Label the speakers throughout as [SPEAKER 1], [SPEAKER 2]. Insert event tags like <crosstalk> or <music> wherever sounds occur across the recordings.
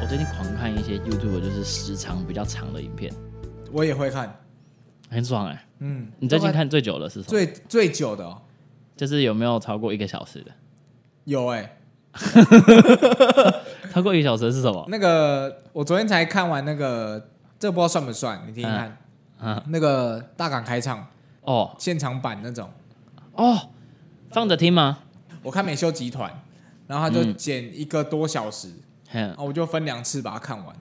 [SPEAKER 1] 我最近狂看一些 YouTube，就是时长比较长的影片，
[SPEAKER 2] 我也会看，
[SPEAKER 1] 很爽哎、
[SPEAKER 2] 嗯，
[SPEAKER 1] 你最近看最久的是什么？
[SPEAKER 2] 最最久的、哦、
[SPEAKER 1] 就是有没有超过一个小时的？
[SPEAKER 2] 有哎、
[SPEAKER 1] 超过一个小时的是什么？
[SPEAKER 2] 那个我昨天才看完那个，这不知道算不算？你听听看，
[SPEAKER 1] 嗯
[SPEAKER 2] 那个大港开唱
[SPEAKER 1] 哦
[SPEAKER 2] 现场版那种，
[SPEAKER 1] 哦，放着听吗？
[SPEAKER 2] 我看美秀集团，然后他就
[SPEAKER 1] 嗯
[SPEAKER 2] 剪一个多小时，
[SPEAKER 1] 嗯
[SPEAKER 2] 啊，，我就分两次把它看完，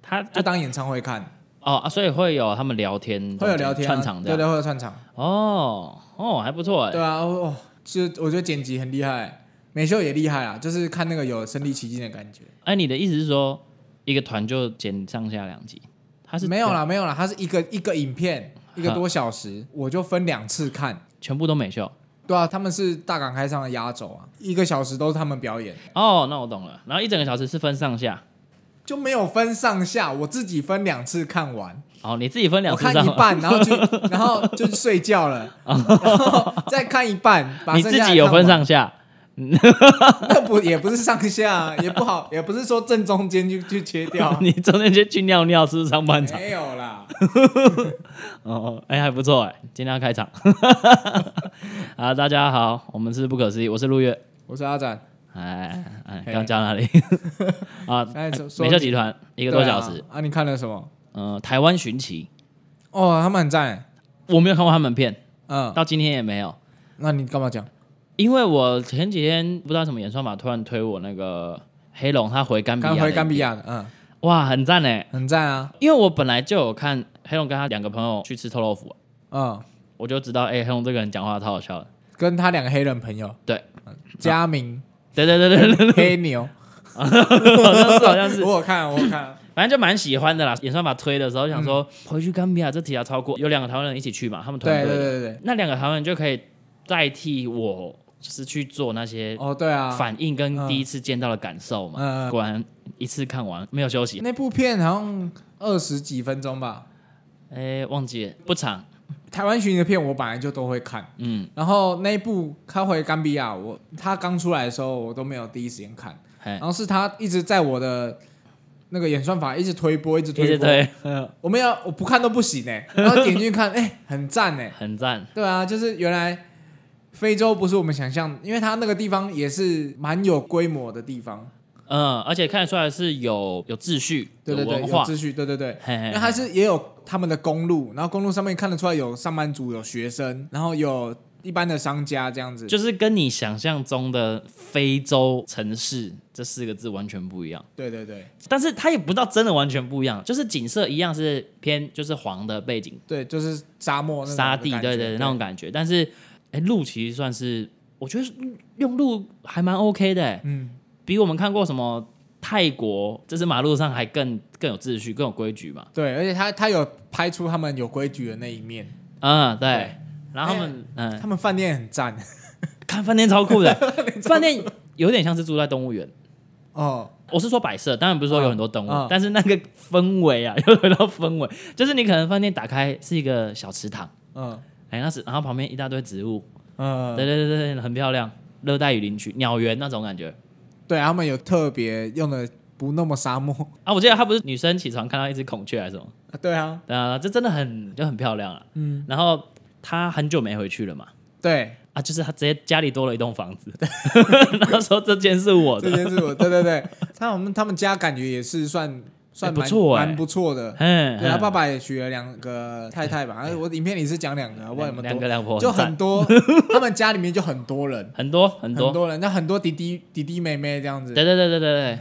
[SPEAKER 1] 他
[SPEAKER 2] 就
[SPEAKER 1] 啊
[SPEAKER 2] 当演唱会看，
[SPEAKER 1] 哦啊，所以会有他们聊天，
[SPEAKER 2] 会有聊天、
[SPEAKER 1] 嗯
[SPEAKER 2] 啊，
[SPEAKER 1] 串场这
[SPEAKER 2] 对
[SPEAKER 1] 样。
[SPEAKER 2] 对，会有串场，
[SPEAKER 1] 哦哦，还不错哎、
[SPEAKER 2] 对啊，哦，就我觉得剪辑很厉害，欸美秀也厉害啊，就是看那个有身临其境的感觉。
[SPEAKER 1] 哎，你的意思是说，一个团就剪上下两集？他是嗯
[SPEAKER 2] 没有啦，没有啦，它是一个一个影片一个多小时，我就分两次看。
[SPEAKER 1] 全部都美秀？
[SPEAKER 2] 对啊，他们是大港开唱的压轴啊，一个小时都是他们表演，
[SPEAKER 1] 哦，那我懂了。然后一整个小时是分上下，
[SPEAKER 2] 就没有分上下。我自己分两次看完，
[SPEAKER 1] 哦，你自己分两
[SPEAKER 2] 我
[SPEAKER 1] 次
[SPEAKER 2] 看
[SPEAKER 1] 上
[SPEAKER 2] 一半，然后就
[SPEAKER 1] <laughs>
[SPEAKER 2] 然后就睡觉了，然后 <laughs> 再看一半，把
[SPEAKER 1] 哦你
[SPEAKER 2] 剩
[SPEAKER 1] 自
[SPEAKER 2] 下的
[SPEAKER 1] 己有
[SPEAKER 2] 看
[SPEAKER 1] 分
[SPEAKER 2] 完，
[SPEAKER 1] 上下
[SPEAKER 2] 那不也不是上下啊，也不好，也不是说正中间就就切掉哎
[SPEAKER 1] <laughs> ，
[SPEAKER 2] 啊
[SPEAKER 1] 你中间去去尿尿，是不是上半场？
[SPEAKER 2] 没有啦。
[SPEAKER 1] 哦，哎、还不错哎，今天要开
[SPEAKER 2] <laughs>
[SPEAKER 1] 场。啊，大家好，我们是不可思议，我是陆月。
[SPEAKER 2] 我是阿展，
[SPEAKER 1] 哎哎，
[SPEAKER 2] 嘿
[SPEAKER 1] 刚讲哪里？ <laughs> 啊，
[SPEAKER 2] 哎，说说
[SPEAKER 1] 美秀
[SPEAKER 2] 你
[SPEAKER 1] 集团一个多小
[SPEAKER 2] 对
[SPEAKER 1] 时，
[SPEAKER 2] 啊啊？你看了什么？
[SPEAKER 1] 嗯、台湾寻奇，
[SPEAKER 2] 哦，他们很赞欸，
[SPEAKER 1] 我没有看过他们片，
[SPEAKER 2] 嗯，
[SPEAKER 1] 到今天也没有。
[SPEAKER 2] 那你干嘛讲？
[SPEAKER 1] 因为我前几天不知道什么演算法突然推我那个黑龙他回甘比亚的影
[SPEAKER 2] 刚
[SPEAKER 1] 片，
[SPEAKER 2] 回甘比亚的，嗯，
[SPEAKER 1] 哇，很赞哎！
[SPEAKER 2] 很赞啊，
[SPEAKER 1] 因为我本来就有看黑龙跟他两个朋友去吃臭豆腐，
[SPEAKER 2] 嗯，
[SPEAKER 1] 我就知道哎、黑龙这个人讲话超好笑的。
[SPEAKER 2] 跟他两个黑人朋友，
[SPEAKER 1] 对
[SPEAKER 2] 嗯，
[SPEAKER 1] <laughs>
[SPEAKER 2] 佳明、
[SPEAKER 1] 对对对对对，
[SPEAKER 2] 黑牛，
[SPEAKER 1] <laughs> 好像是好像是，
[SPEAKER 2] <laughs> 我有看，我有看，
[SPEAKER 1] 反正就蛮喜欢的啦。演算法推的时候想
[SPEAKER 2] 嗯
[SPEAKER 1] 说、回去甘比亚这题要超过，有两个台湾人一起去嘛，他们 <laughs> 团
[SPEAKER 2] 对
[SPEAKER 1] 队
[SPEAKER 2] 对
[SPEAKER 1] 的
[SPEAKER 2] 对对，
[SPEAKER 1] 那两个台湾人就可以代替我，就是去做那些
[SPEAKER 2] 哦对啊，
[SPEAKER 1] 反应跟
[SPEAKER 2] 嗯
[SPEAKER 1] 第一次见到的感受嘛。
[SPEAKER 2] 嗯嗯
[SPEAKER 1] 果然一次看完没有休息，
[SPEAKER 2] 那部片好像二十几分钟吧，
[SPEAKER 1] 哎，忘记了不长，
[SPEAKER 2] 台湾巡的片我本来就都会看，
[SPEAKER 1] 嗯，
[SPEAKER 2] 然后那一部他回甘比亚，我他刚出来的时候我都没有第一时间看，
[SPEAKER 1] 嘿
[SPEAKER 2] 然，后是他一直在我的。那个演算法一直推播，一直
[SPEAKER 1] 对
[SPEAKER 2] 推
[SPEAKER 1] 对
[SPEAKER 2] 播，
[SPEAKER 1] 对，
[SPEAKER 2] 我们要我不看都不行哎、然后点进去看，哎、很赞哎、
[SPEAKER 1] 很赞，
[SPEAKER 2] 对啊，就是原来非洲不是我们想象，因为它那个地方也是蛮有规模的地方，
[SPEAKER 1] 嗯，而且看得出来是有有秩序，
[SPEAKER 2] 对对对，
[SPEAKER 1] 文
[SPEAKER 2] 有
[SPEAKER 1] 化，
[SPEAKER 2] 秩序，对对对。
[SPEAKER 1] 嘿
[SPEAKER 2] 因
[SPEAKER 1] 嘿
[SPEAKER 2] 为它是也有他们的公路，然后公路上面看得出来有上班族、有学生，然后有一般的商家这样子。
[SPEAKER 1] 就是跟你想象中的非洲城市这四个字完全不一样。
[SPEAKER 2] 对对对
[SPEAKER 1] 但是它也不到真的完全不一样，就是景色一样是偏就是黄的背景，
[SPEAKER 2] 对，就是沙漠那种
[SPEAKER 1] 沙
[SPEAKER 2] 的
[SPEAKER 1] 地，
[SPEAKER 2] 感
[SPEAKER 1] 对
[SPEAKER 2] 觉
[SPEAKER 1] 对对，
[SPEAKER 2] 对
[SPEAKER 1] 那种感觉。但是，哎，路其实算是，我觉得用路还蛮 OK 的，哎
[SPEAKER 2] 嗯，
[SPEAKER 1] 比我们看过什么泰国，就是马路上还更更有秩序、更有规矩嘛。
[SPEAKER 2] 对，而且他他有拍出他们有规矩的那一面，
[SPEAKER 1] 嗯，对
[SPEAKER 2] 对。哎
[SPEAKER 1] 然后他们，嗯，
[SPEAKER 2] 他们饭店很赞 <laughs>
[SPEAKER 1] 看饭店超酷的，饭店有点像是住在动物园。
[SPEAKER 2] 哦，
[SPEAKER 1] 我是说摆设，当然不是说有很多动物，
[SPEAKER 2] 嗯嗯
[SPEAKER 1] 但是那个氛围啊， <laughs> 又回到氛围，就是你可能饭店打开是一个小池塘，
[SPEAKER 2] 嗯
[SPEAKER 1] 哎，那是然后旁边一大堆植物，
[SPEAKER 2] 嗯，
[SPEAKER 1] 对对对对，很漂亮，热带雨林区鸟园那种感觉。
[SPEAKER 2] 对，他们有特别用的不那么沙漠， <laughs>
[SPEAKER 1] 啊，我记得她不是女生起床看到一只孔雀还是什么？
[SPEAKER 2] 对啊，
[SPEAKER 1] 啊，这真的很就很漂亮啊。
[SPEAKER 2] 嗯，
[SPEAKER 1] 然后她很久没回去了嘛，
[SPEAKER 2] 对，
[SPEAKER 1] 啊，就是她直接家里多了一栋房子， <laughs> 然后说这间是我
[SPEAKER 2] 这
[SPEAKER 1] 的，
[SPEAKER 2] 件事我，对对对，他我们他们家感觉也是算
[SPEAKER 1] 哎
[SPEAKER 2] 算
[SPEAKER 1] 不
[SPEAKER 2] 蛮
[SPEAKER 1] 错哎
[SPEAKER 2] 蛮不错的。
[SPEAKER 1] 嗯，
[SPEAKER 2] 对他
[SPEAKER 1] 嗯
[SPEAKER 2] 爸爸也娶了两个太太吧，哎，我影片里是讲两个，我不知道有没
[SPEAKER 1] 两
[SPEAKER 2] 有
[SPEAKER 1] 个两婆
[SPEAKER 2] 多，就
[SPEAKER 1] 赞
[SPEAKER 2] 很
[SPEAKER 1] <laughs>
[SPEAKER 2] 多，他们家里面就很多人，
[SPEAKER 1] 很多很
[SPEAKER 2] 很
[SPEAKER 1] 多，
[SPEAKER 2] 人，那很多弟弟弟弟妹妹这样子。
[SPEAKER 1] 对对对对对对。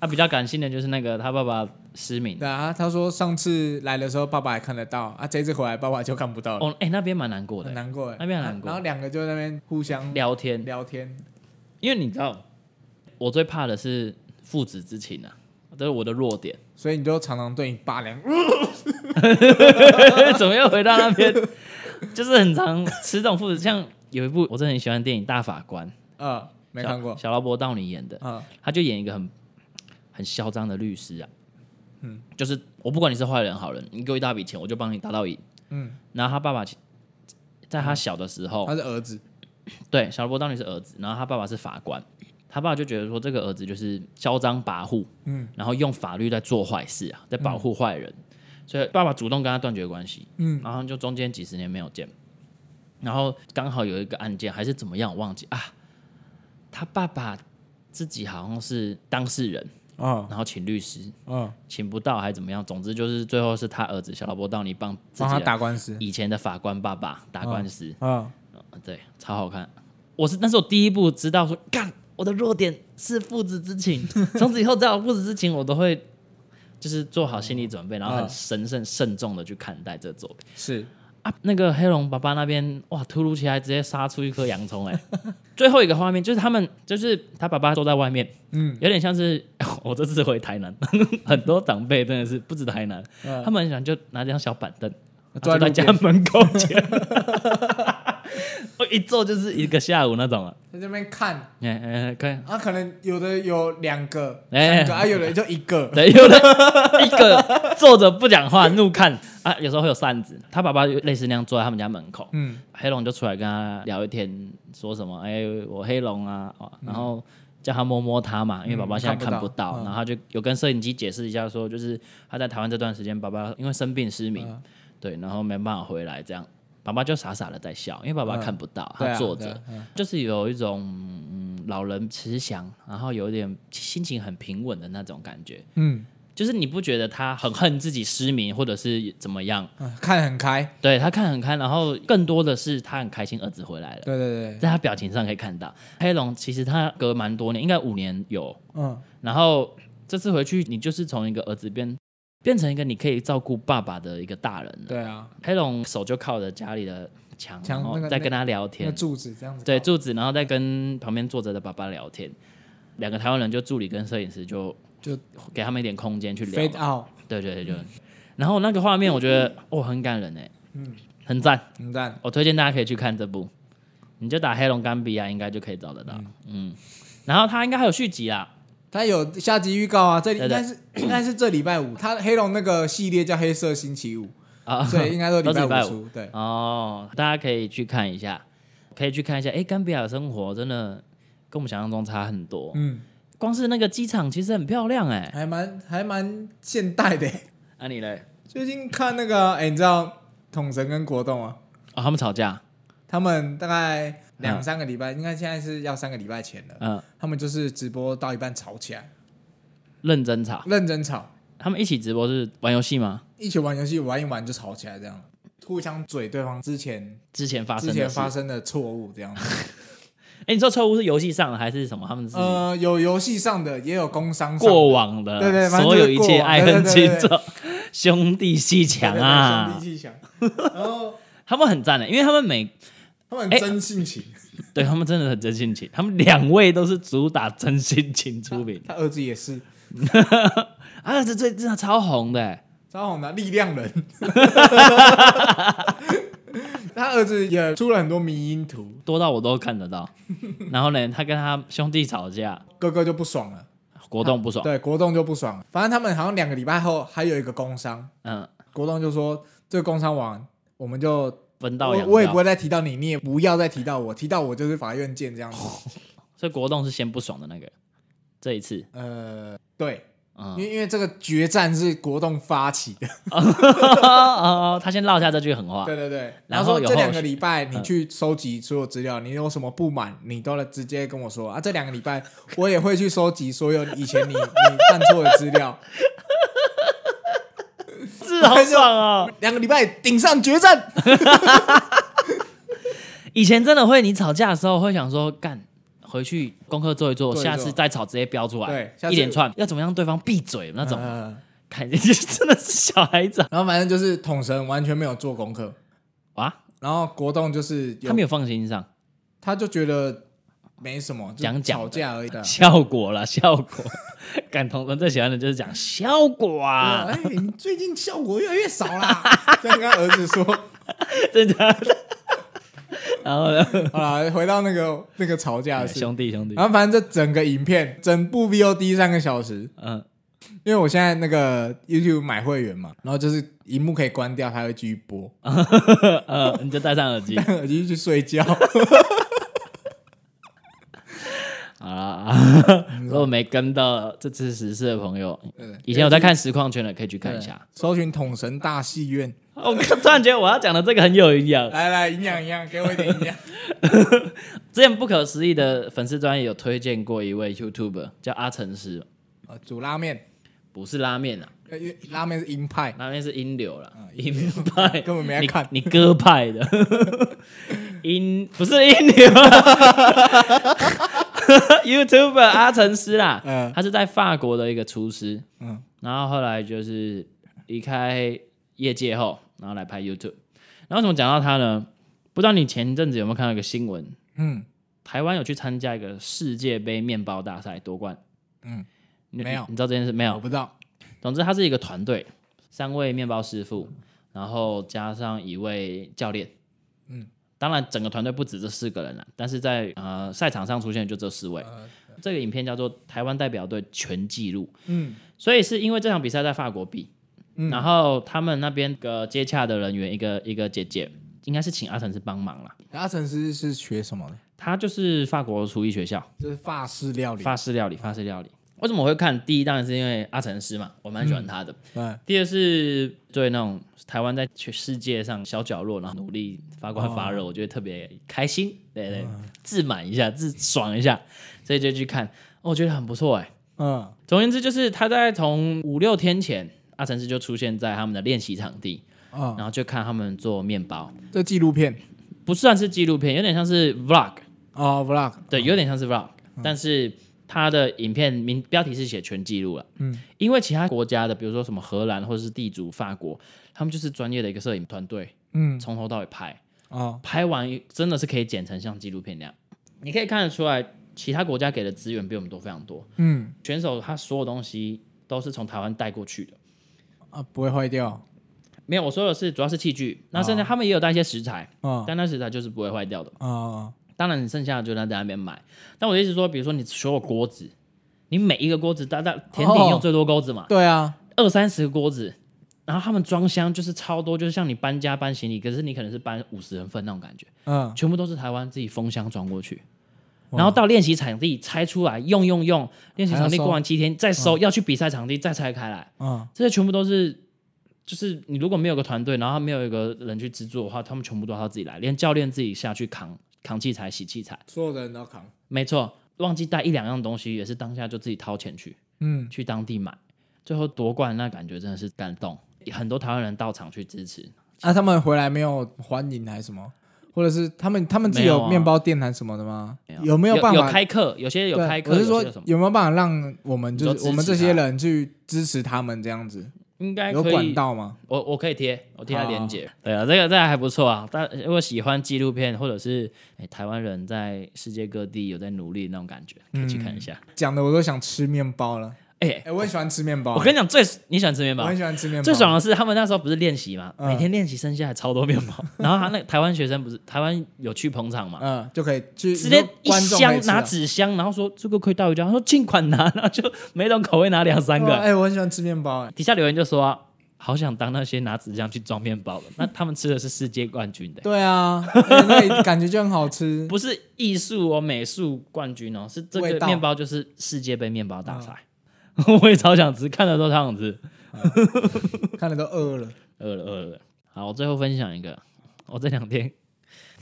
[SPEAKER 1] 他、比较感性的就是那个他爸爸失明，
[SPEAKER 2] 对啊，他说上次来的时候爸爸还看得到，啊，这次回来爸爸就看不到了，
[SPEAKER 1] 哦，哎、那边蛮难过的、
[SPEAKER 2] 很难过哎，
[SPEAKER 1] 那边很难过
[SPEAKER 2] 然后两个就在那边互相
[SPEAKER 1] 聊天，
[SPEAKER 2] 聊天，
[SPEAKER 1] 因为你知道，我最怕的是父子之情啊，这是我的弱
[SPEAKER 2] <laughs>
[SPEAKER 1] 点。
[SPEAKER 2] 所以你就常常对你爸两，
[SPEAKER 1] 怎么又回到那边？就是很常吃这种父子，像有一部我真的很喜欢的电影《大法官》，
[SPEAKER 2] 呃，没看过
[SPEAKER 1] 小，小劳勃道尼演的，
[SPEAKER 2] 嗯
[SPEAKER 1] 他就演一个很很嚣张的律师啊，嗯，就是我不管你是坏人好人，你给我一大笔钱，我就帮你打到赢。
[SPEAKER 2] 嗯，
[SPEAKER 1] 然后他爸爸其在他小的时候，
[SPEAKER 2] 他是儿子，
[SPEAKER 1] 对，小罗伯·道尼是儿子，然后他爸爸是法官，他他爸就觉得说这个儿子就是嚣张跋扈，
[SPEAKER 2] 嗯
[SPEAKER 1] 然后用法律在做坏事啊，在保护坏人，所以爸爸主动跟他断绝关系，
[SPEAKER 2] 嗯
[SPEAKER 1] 然后就中间几十年没有见，然后刚好有一个案件还是怎么样，我忘记啊，他爸爸自己好像是当事人，
[SPEAKER 2] 啊
[SPEAKER 1] 然后请律师，
[SPEAKER 2] 啊，
[SPEAKER 1] 请不到还怎么样，总之就是最后是他儿子小老伯到你帮自
[SPEAKER 2] 帮
[SPEAKER 1] 己啊
[SPEAKER 2] 他
[SPEAKER 1] 的
[SPEAKER 2] 打官司
[SPEAKER 1] 以前的法官爸爸打官司，
[SPEAKER 2] 啊，
[SPEAKER 1] 嗯对，超好看。我是那是我第一部知道说，干我的弱点是父子之
[SPEAKER 2] <laughs>
[SPEAKER 1] 情，从此以后只要有父子之情，我都会就是做好心理准备，然后很
[SPEAKER 2] 嗯
[SPEAKER 1] 神圣慎重的去看待这作品
[SPEAKER 2] 是
[SPEAKER 1] 啊。那个黑龙爸爸那边哇，突如其来直接杀出一颗洋葱哎、
[SPEAKER 2] <laughs>
[SPEAKER 1] 最后一个画面就是他们，就是他爸爸坐在外面，嗯
[SPEAKER 2] 嗯，
[SPEAKER 1] 有点像是 <laughs> 我这次回台南， <laughs> 很多长辈真的是不止台南，
[SPEAKER 2] 嗯
[SPEAKER 1] 他们很喜欢就拿这张小板凳
[SPEAKER 2] 坐
[SPEAKER 1] 坐
[SPEAKER 2] 啊在
[SPEAKER 1] 在
[SPEAKER 2] 路
[SPEAKER 1] 家
[SPEAKER 2] 边
[SPEAKER 1] 门口前，我 <laughs> 一坐就是一个下午那种啊。
[SPEAKER 2] 在这边看，
[SPEAKER 1] 哎哎，哎看，
[SPEAKER 2] 啊，可能有的有两个，
[SPEAKER 1] 哎
[SPEAKER 2] 三个啊，有的就一个，
[SPEAKER 1] <laughs> 对，有人一个坐着不讲话，怒看啊，有时候会有扇子。他爸爸就类似那样坐在他们家门口，
[SPEAKER 2] 嗯
[SPEAKER 1] 黑龙就出来跟他聊一天，说什么？哎，我黑龙啊，哦然后叫他摸摸他嘛，因为
[SPEAKER 2] 嗯
[SPEAKER 1] 爸爸现在
[SPEAKER 2] 看不
[SPEAKER 1] 看不
[SPEAKER 2] 到
[SPEAKER 1] 到，
[SPEAKER 2] 嗯
[SPEAKER 1] 然后他就有跟摄影机解释一下，说就是他在台湾这段时间，爸爸因为生病失明，
[SPEAKER 2] 嗯
[SPEAKER 1] 对，然后没办法回来，这样爸爸就傻傻的在笑，因为爸爸
[SPEAKER 2] 嗯
[SPEAKER 1] 看不到，
[SPEAKER 2] 对
[SPEAKER 1] 他
[SPEAKER 2] 啊
[SPEAKER 1] 坐
[SPEAKER 2] 对
[SPEAKER 1] 着
[SPEAKER 2] 啊，嗯
[SPEAKER 1] 就是有一种嗯老人慈祥，然后有点心情很平稳的那种感觉。
[SPEAKER 2] 嗯
[SPEAKER 1] 就是你不觉得他很恨自己失明，或者是怎么样？
[SPEAKER 2] 嗯，看很开，
[SPEAKER 1] 对他看很开，然后更多的是他很开心儿子回来了，
[SPEAKER 2] 对对对，
[SPEAKER 1] 在他表情上可以看到。黑龙其实他隔蛮多年，应该五年有，
[SPEAKER 2] 嗯
[SPEAKER 1] 然后这次回去，你就是从一个儿子变变成一个你可以照顾爸爸的一个大人了。
[SPEAKER 2] 对啊，
[SPEAKER 1] 黑龙手就靠着家里的墙，
[SPEAKER 2] 墙
[SPEAKER 1] 然后
[SPEAKER 2] 那个
[SPEAKER 1] 在跟他聊
[SPEAKER 2] 那
[SPEAKER 1] 天
[SPEAKER 2] 个，柱子这样子，
[SPEAKER 1] 对，柱子，然后再跟旁边坐着的爸爸聊天。两个台湾人就助理跟摄影师就
[SPEAKER 2] 就
[SPEAKER 1] 给他们一点空间去聊
[SPEAKER 2] fade
[SPEAKER 1] 嘛，
[SPEAKER 2] out，嗯
[SPEAKER 1] 对对对就然后那个画面我觉得哦很感人哎，嗯，很赞，
[SPEAKER 2] 你看，
[SPEAKER 1] 我推荐大家可以去看这部，你就打黑龙甘比亚应该就可以找得到，嗯然后它应该还有续集啦，
[SPEAKER 2] 他有下集预告啊，这里
[SPEAKER 1] 对
[SPEAKER 2] 应
[SPEAKER 1] 对
[SPEAKER 2] 该是应该是这礼拜五，他黑龙那个系列叫黑色星期五，
[SPEAKER 1] 啊， <laughs>
[SPEAKER 2] 所以应该都
[SPEAKER 1] 都是
[SPEAKER 2] 礼
[SPEAKER 1] 礼拜
[SPEAKER 2] 拜
[SPEAKER 1] 五
[SPEAKER 2] 出，对，
[SPEAKER 1] 哦，大家可以去看一下，可以去看一下，哎，甘比亚的生活真的跟我们想象中差很多，
[SPEAKER 2] 嗯，
[SPEAKER 1] 光是那个机场其实很漂亮哎，
[SPEAKER 2] 还蛮还蛮现代的。
[SPEAKER 1] 啊你嘞？
[SPEAKER 2] 最近看那个，哎，你知道统神跟国栋啊，
[SPEAKER 1] 哦，他们吵架，
[SPEAKER 2] 他们大概两三个礼拜，应该现在是要三个礼拜前了，
[SPEAKER 1] 嗯、
[SPEAKER 2] 他们就是直播到一半吵起来，
[SPEAKER 1] 认真吵，
[SPEAKER 2] 认真吵，
[SPEAKER 1] 他们一起直播是玩游戏吗？
[SPEAKER 2] 一起玩游戏玩一玩就吵起来，这样互相嘴对方之前
[SPEAKER 1] 之前发生
[SPEAKER 2] 之
[SPEAKER 1] 的
[SPEAKER 2] 前
[SPEAKER 1] 事
[SPEAKER 2] 发生的错误这样子。
[SPEAKER 1] 哎、你说错误是游戏上的还是什么？他们是
[SPEAKER 2] 呃，有游戏上的，也有工商上的
[SPEAKER 1] 过往的，
[SPEAKER 2] 对对反正
[SPEAKER 1] 所
[SPEAKER 2] 就
[SPEAKER 1] 有
[SPEAKER 2] 是
[SPEAKER 1] 一切
[SPEAKER 2] 过往
[SPEAKER 1] 爱恨情
[SPEAKER 2] 对对
[SPEAKER 1] 仇，兄弟戏强
[SPEAKER 2] 对
[SPEAKER 1] 啊 <laughs>
[SPEAKER 2] 对！对兄弟气强。然后
[SPEAKER 1] 他们很赞的，因为他们每
[SPEAKER 2] 他们
[SPEAKER 1] 哎
[SPEAKER 2] 很真性情，
[SPEAKER 1] 对他们真的很真性情，他们两位都是主打真性情出
[SPEAKER 2] <laughs>
[SPEAKER 1] 名。
[SPEAKER 2] 他儿子也是
[SPEAKER 1] 啊儿子最真的超红的、欸，
[SPEAKER 2] 张红的力量
[SPEAKER 1] <laughs>
[SPEAKER 2] 人。他儿子也出了很多迷因图，
[SPEAKER 1] 多到我都看得到。然后呢，他跟他兄弟吵架，
[SPEAKER 2] 哥哥就不爽了，
[SPEAKER 1] 国栋不爽，
[SPEAKER 2] 啊对国栋就不爽了。反正他们好像两个礼拜后还有一个工商，
[SPEAKER 1] 嗯，
[SPEAKER 2] 国栋就说这个工商完我们就
[SPEAKER 1] 分道
[SPEAKER 2] 我
[SPEAKER 1] 扬
[SPEAKER 2] 我也不
[SPEAKER 1] 镳。
[SPEAKER 2] 会再提到你，你也不要再提到我，提到我就是法院见这样子。
[SPEAKER 1] 所以国栋是先不爽的那个，这一
[SPEAKER 2] <laughs>
[SPEAKER 1] 次， <laughs>
[SPEAKER 2] 呃，对，因
[SPEAKER 1] 嗯，
[SPEAKER 2] 为因为这个决战是国栋发起的，
[SPEAKER 1] 哦，他先落下这句狠话，
[SPEAKER 2] 对对对。
[SPEAKER 1] 然
[SPEAKER 2] 然
[SPEAKER 1] 后
[SPEAKER 2] 后
[SPEAKER 1] 有
[SPEAKER 2] 说这
[SPEAKER 1] 后
[SPEAKER 2] 两个
[SPEAKER 1] 续
[SPEAKER 2] 礼拜你
[SPEAKER 1] 嗯
[SPEAKER 2] 去收集所有资料，你有什么不满，你都来直接跟我说啊。这两个礼拜我也会去收集所有以前你你犯错的资料，
[SPEAKER 1] 是好爽哦。
[SPEAKER 2] 两个礼拜顶上决战。
[SPEAKER 1] 以前真的会，你吵架的时候会想说，干回去功课做一做，
[SPEAKER 2] 做一做
[SPEAKER 1] 下次再吵直接标出来
[SPEAKER 2] 对，下次
[SPEAKER 1] 一连串要怎么样对方闭嘴那种，
[SPEAKER 2] 嗯
[SPEAKER 1] 感觉 <laughs> 就是真的是小孩子啊
[SPEAKER 2] 然后反正就是统神完全没有做功课，
[SPEAKER 1] 哇，
[SPEAKER 2] 然后国栋就是有
[SPEAKER 1] 他没有放心上，
[SPEAKER 2] 他就觉得没什么，就
[SPEAKER 1] 讲讲的
[SPEAKER 2] 吵架而已。对啊
[SPEAKER 1] 效果啦，效果。感同人最喜欢的就是讲效果啊，
[SPEAKER 2] 哎，你最近效果越来越少啦。
[SPEAKER 1] <laughs>
[SPEAKER 2] 这样跟儿子说，
[SPEAKER 1] 真的。然后呢，
[SPEAKER 2] 好啦，回到那个那个吵架的事。
[SPEAKER 1] 哎兄弟兄弟，
[SPEAKER 2] 然后反正这整个影片，整部 VOD 三个小时，
[SPEAKER 1] 嗯，
[SPEAKER 2] 因为我现在那个 YouTube 买会员嘛，然后就是荧幕可以关掉，它会继续播， <laughs>
[SPEAKER 1] 呃，你就戴上耳机，
[SPEAKER 2] 戴耳机去睡觉。
[SPEAKER 1] 好啦，如果没跟到这次时事的朋友，
[SPEAKER 2] 对
[SPEAKER 1] <laughs> 以前有在看实况圈的，可以去看一下。哦
[SPEAKER 2] 搜寻统神大戏院，
[SPEAKER 1] 我突然觉得我要讲的这个很有营养。
[SPEAKER 2] 来来，营养营养，给我一点营养。
[SPEAKER 1] 之前不可思议的粉丝专业有推荐过一位 YouTuber 叫阿成师，
[SPEAKER 2] 呃，煮拉面，
[SPEAKER 1] 不是拉面啊，
[SPEAKER 2] 呃拉面是鹰派，啊
[SPEAKER 1] 拉面是英流啦，英派
[SPEAKER 2] 根本没在看
[SPEAKER 1] 你你哥派的 <laughs> 英不是英流啊 <laughs> ，YouTuber 阿成师啦，
[SPEAKER 2] 嗯
[SPEAKER 1] 他是在法国的一个厨师，
[SPEAKER 2] 嗯
[SPEAKER 1] 然后后来就是离开业界后，然后来拍 YouTube。然后为什么讲到他呢？不知道你前阵子有没有看到一个新闻，
[SPEAKER 2] 嗯，
[SPEAKER 1] 台湾有去参加一个世界杯面包大赛夺冠。
[SPEAKER 2] 嗯
[SPEAKER 1] 你，
[SPEAKER 2] 没有
[SPEAKER 1] 你知道这件事没
[SPEAKER 2] 我
[SPEAKER 1] 有？
[SPEAKER 2] 不知道，
[SPEAKER 1] 总之，他是一个团队，三位面包师傅，然后加上一位教练。
[SPEAKER 2] 嗯，
[SPEAKER 1] 当然，整个团队不止这四个人了，但是在呃赛场上出现的就这四位。
[SPEAKER 2] 呃
[SPEAKER 1] 这个影片叫做《台湾代表队全纪录》，
[SPEAKER 2] 嗯
[SPEAKER 1] 所以是因为这场比赛在法国比，
[SPEAKER 2] 嗯
[SPEAKER 1] 然后他们那边个接洽的人员，一个一个姐姐，应该是请阿成是帮忙啦。
[SPEAKER 2] 阿成师是学什么的？
[SPEAKER 1] 她就是法国厨艺学校，
[SPEAKER 2] 就是法式料哦理。
[SPEAKER 1] 法式料理，法式料理。为什么我会看？第一当然是因为阿成师嘛，我蛮喜欢他的。
[SPEAKER 2] 嗯，
[SPEAKER 1] 第二是对那种台湾在全世界上小角落，然后努力发光发热，我觉得特别开心，对对，自满一下，自爽一下，所以就去看，哦我觉得很不错哎、
[SPEAKER 2] 嗯
[SPEAKER 1] 总而言之，就是他在从五六天前，阿成师就出现在他们的练习场地，
[SPEAKER 2] 嗯，
[SPEAKER 1] 然后就看他们做面包，
[SPEAKER 2] 这纪录片
[SPEAKER 1] 不算是纪录片，有点像是 vlog，
[SPEAKER 2] 哦，vlog，
[SPEAKER 1] 对，有点像是 vlog，、但
[SPEAKER 2] 嗯
[SPEAKER 1] 是它的影片名标题是写全记录了。嗯，因为其他国家的，比如说什么荷兰或者是地主法国，他们就是专业的一个摄影团队，
[SPEAKER 2] 嗯
[SPEAKER 1] 从头到尾拍，
[SPEAKER 2] 哦，
[SPEAKER 1] 拍完真的是可以剪成像纪录片那样。你可以看得出来，其他国家给的资源比我们多非常多。
[SPEAKER 2] 嗯
[SPEAKER 1] 选手他所有东西都是从台湾带过去的，
[SPEAKER 2] 啊，不会坏掉，
[SPEAKER 1] 没有我说的是主要是器具，
[SPEAKER 2] 哦
[SPEAKER 1] 那甚至他们也有带一些食材，
[SPEAKER 2] 嗯
[SPEAKER 1] 但那食材就是不会坏掉的。
[SPEAKER 2] 啊
[SPEAKER 1] 当然，你剩下的就在那边买。但我的意思是说，比如说你所有锅子，你每一个锅子，大大甜点用最多锅子嘛，
[SPEAKER 2] 对啊，
[SPEAKER 1] 二三十个锅子，然后他们装箱就是超多，就是像你搬家搬行李，可是你可能是搬五十人份那种感觉，
[SPEAKER 2] 嗯
[SPEAKER 1] 全部都是台湾自己封箱装过去，
[SPEAKER 2] 哇
[SPEAKER 1] 然后到练习场地拆出来用用用，练习场地
[SPEAKER 2] 还要收
[SPEAKER 1] 过完七天再收，要去比赛场地再拆开来，
[SPEAKER 2] 嗯
[SPEAKER 1] 这些全部都是。就是你如果没有个团队，然后没有一个人去制作的话，他们全部都要他自己来，连教练自己下去扛扛器材、洗器材。
[SPEAKER 2] 所有的人都扛，
[SPEAKER 1] 没错，忘记带一两样东西，也是当下就自己掏钱去
[SPEAKER 2] 嗯
[SPEAKER 1] 去当地买。最后夺冠那感觉真的是感动，很多台湾人到场去支持，
[SPEAKER 2] 啊，他们回来没有欢迎还是什么，或者是他们他们自己
[SPEAKER 1] 没有
[SPEAKER 2] 有
[SPEAKER 1] 啊
[SPEAKER 2] 面包店还是什么的吗？有没有办
[SPEAKER 1] 有
[SPEAKER 2] 法？
[SPEAKER 1] 开课，有些有
[SPEAKER 2] 对
[SPEAKER 1] 开课，
[SPEAKER 2] 我是说
[SPEAKER 1] 有些有什么，
[SPEAKER 2] 有没有办法让我们
[SPEAKER 1] 你说
[SPEAKER 2] 就
[SPEAKER 1] 支
[SPEAKER 2] 是
[SPEAKER 1] 持
[SPEAKER 2] 我们这
[SPEAKER 1] 他
[SPEAKER 2] 些人去支持他们这样子？
[SPEAKER 1] 应该
[SPEAKER 2] 有
[SPEAKER 1] 可
[SPEAKER 2] 管
[SPEAKER 1] 以。
[SPEAKER 2] 道吗？
[SPEAKER 1] 我我可以贴，我贴他链接。对啊，这个这个还不错啊。但如果喜欢纪录片，或者是、哎台湾人在世界各地有在努力那种感觉，可以去
[SPEAKER 2] 嗯
[SPEAKER 1] 看一下。
[SPEAKER 2] 讲的我都想吃面包了。
[SPEAKER 1] 哎、
[SPEAKER 2] 哎、我很喜欢吃面包，
[SPEAKER 1] 我跟你讲，最你喜欢吃面
[SPEAKER 2] 我
[SPEAKER 1] 包？
[SPEAKER 2] 很喜欢吃面包，
[SPEAKER 1] 最爽的是，他们那时候不是练习嘛，
[SPEAKER 2] 嗯
[SPEAKER 1] 每天练习剩下来超多面
[SPEAKER 2] <laughs>
[SPEAKER 1] 包。然后他那个台湾学生不是台湾有去捧场嘛，
[SPEAKER 2] 嗯，就可以去
[SPEAKER 1] 直接一
[SPEAKER 2] 观众可
[SPEAKER 1] 箱
[SPEAKER 2] 以吃啊
[SPEAKER 1] 拿纸箱，然后说这个可以带回家，他说尽管拿，然后就每种口味拿两三
[SPEAKER 2] 哇哎、
[SPEAKER 1] 个。
[SPEAKER 2] 我很喜欢吃面包、哎，
[SPEAKER 1] 底下留言就说、啊。好想当那些拿纸箱去装面包的，那他们吃的是世界冠军的、
[SPEAKER 2] 对啊，哎那里感觉就很好吃。 <laughs>
[SPEAKER 1] 不是艺术哦美术冠军哦，是这
[SPEAKER 2] 味
[SPEAKER 1] 个
[SPEAKER 2] 道啊
[SPEAKER 1] 面包就是世界杯面包大赛， <laughs> 我也超想吃，看的都超想吃。
[SPEAKER 2] 看了都饿了。
[SPEAKER 1] 饿了饿了。好，我最后分享一个，我这两天